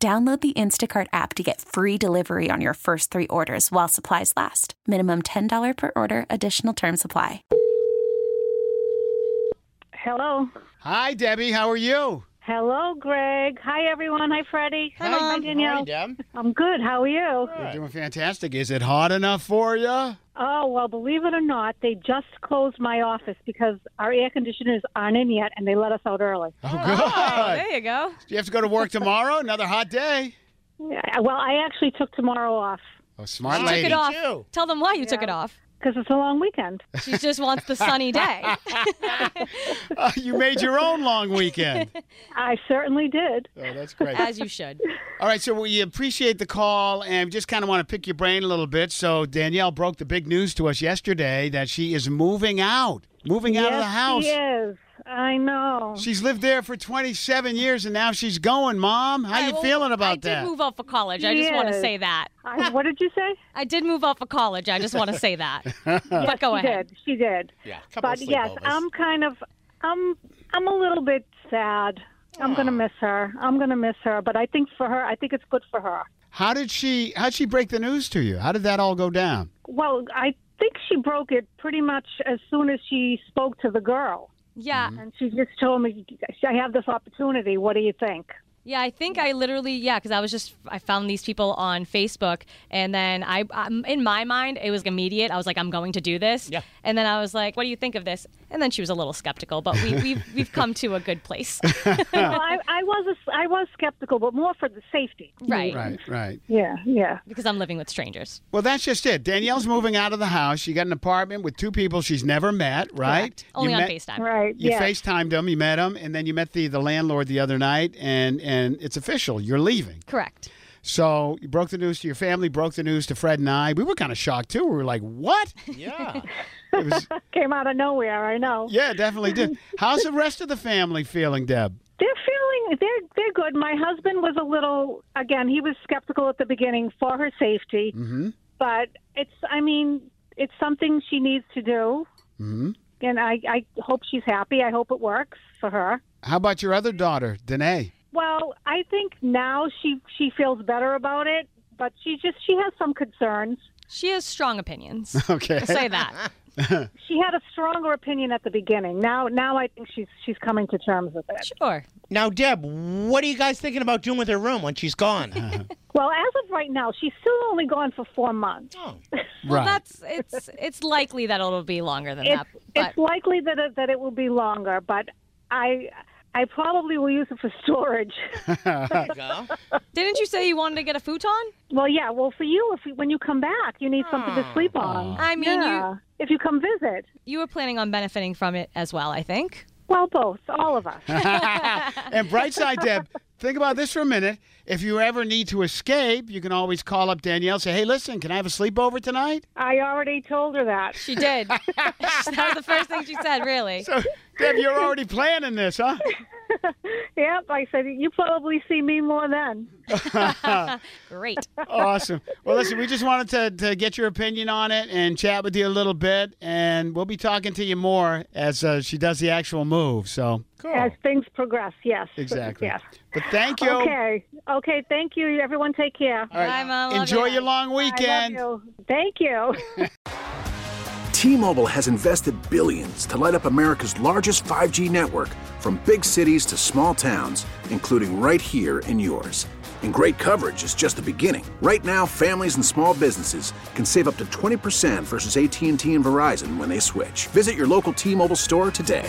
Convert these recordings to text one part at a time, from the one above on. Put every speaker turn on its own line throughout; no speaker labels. Download the Instacart app to get free delivery on your first three orders while supplies last. Minimum $10 per order, additional term supply.
Hello.
Hi, Debbie. How are you?
Hello, Greg. Hi, everyone. Hi, Freddie. Hi,
How are you,
Danielle.
Deb?
I'm good. How are you?
We're doing fantastic. Is it hot enough for you?
Oh, well, believe it or not, they just closed my office because our air conditioners aren't in yet and they let us out early.
Oh, good.
There you go.
Do you have to go to work tomorrow? Another hot day.
Yeah, Well, I actually took tomorrow off
Oh, smart
Took
lady.
it off. Tell them why you took it off.
because it's a long weekend.
She just wants the sunny day.
Uh, you made your own long weekend.
I certainly did.
Oh, that's great.
As you should.
All right, so we appreciate the call and just kind of want to pick your brain a little bit. So Danielle broke the big news to us yesterday that she is moving out, moving out of
yes,
the house.
She is. I know.
She's lived there for 27 years and now she's going, Mom. How you
Well,
feeling
I
about
did
that?
move out for college. I just want to
Yes.
say that.
I, what did you say?
I did move out for college. I just want to say that. but go
she
ahead.
did. She did.
Yeah, a couple
But
of
yes,
sleepovers.
I'm kind of, I'm, I'm a little bit sad. I'm gonna miss her. I'm gonna miss her. But I think for her, I think it's good for her.
How did she? How'd she break the news to you? How did that all go down?
Well, I think she broke it pretty much as soon as she spoke to the girl.
Yeah.
Mm-hmm.
And she just told me, I have this opportunity. What do you think?
Yeah, I think I literally yeah, because I was just I found these people on Facebook, and then I um, in my mind it was immediate. I was like, I'm going to do this. Yeah. And then I was like, What do you think of this? And then she was a little skeptical, but we we've we've come to a good place.
well, I, I was a, I was skeptical, but more for the safety.
right.
Right, right.
Yeah, yeah.
Because I'm living with strangers.
Well, that's just it. Danielle's moving out of the house. She got an apartment with two people she's never met. Right?
Correct. Only
you
on
met,
FaceTime.
Right.
You
yeah.
FaceTimed him. You met him, and then you met the the landlord the other night, and and it's official. You're leaving.
Correct.
So you broke the news to your family. Broke the news to Fred and I. We were kind of shocked too. We were like, "What?
Yeah.
It was,
Came out of nowhere. I know.
yeah, it definitely did." How's the rest of the family feeling, Deb?
They're feeling they're they're good. My husband was a little again. He was skeptical at the beginning for her safety,
Mhm.
but it's I mean it's something she needs to do,
Mm-hmm.
and I I hope she's happy. I hope it works for her.
How about your other daughter, Danae?
Well, I think now she she feels better about it, but she just she has some concerns.
She has strong opinions.
Okay.
I'll say that.
She had a stronger opinion at the beginning. Now now I think she's she's coming to terms with it.
Sure.
now, Deb, what are you guys thinking about doing with her room when she's gone?
Well, as of right now, she's still only gone for 4 months.
oh.
Well,
right.
that's it's it's likely that it'll be longer than
It's
that. But
it's likely that it, that it will be longer, but I I probably will use it for storage.
There you go.
didn't you say you wanted to get a futon?
well, yeah. Well, for you, if you, when you come back, you need something to sleep on.
I mean,
yeah. If you come visit,
you you were planning on benefiting from it as well. I think.
well, both, all of us.
and bright side, Deb, think about this for a minute. If you ever need to escape, you can always call up Danielle. Say, hey, listen, can I have a sleepover tonight?
I already told her that.
She did. that was the first thing she said. Really.
So, Deb, you're already planning this, huh?
Yep, I said you probably see me more then.
Great.
Awesome. Well, listen, we just wanted to, to get your opinion on it and chat with you a little bit, and we'll be talking to you more as uh, she does the actual move. So,
As things progress, yes.
exactly.
Yes.
But thank you.
Okay. Okay, thank you. Everyone take care.
All right.
Bye, Mom. Love
Enjoy
you.
your long
I
weekend.
love you. Thank you.
T-Mobile has invested billions to light up America's largest 5G network from big cities to small towns, including right here in yours. And great coverage is just the beginning. Right now, families and small businesses can save up to 20% versus AT&T and Verizon when they switch. Visit your local T-Mobile store today.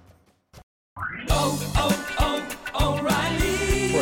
O'Reilly.
For a